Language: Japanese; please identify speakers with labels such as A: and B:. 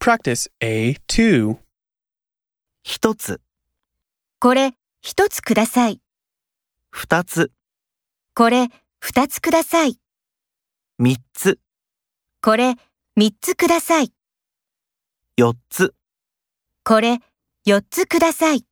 A: Practice A2.
B: 一つ、
C: これ一つください。
B: 二つ、
C: これ二つください。
B: 三つ、
C: これ三つください。
B: 四つ。
C: これ四つください。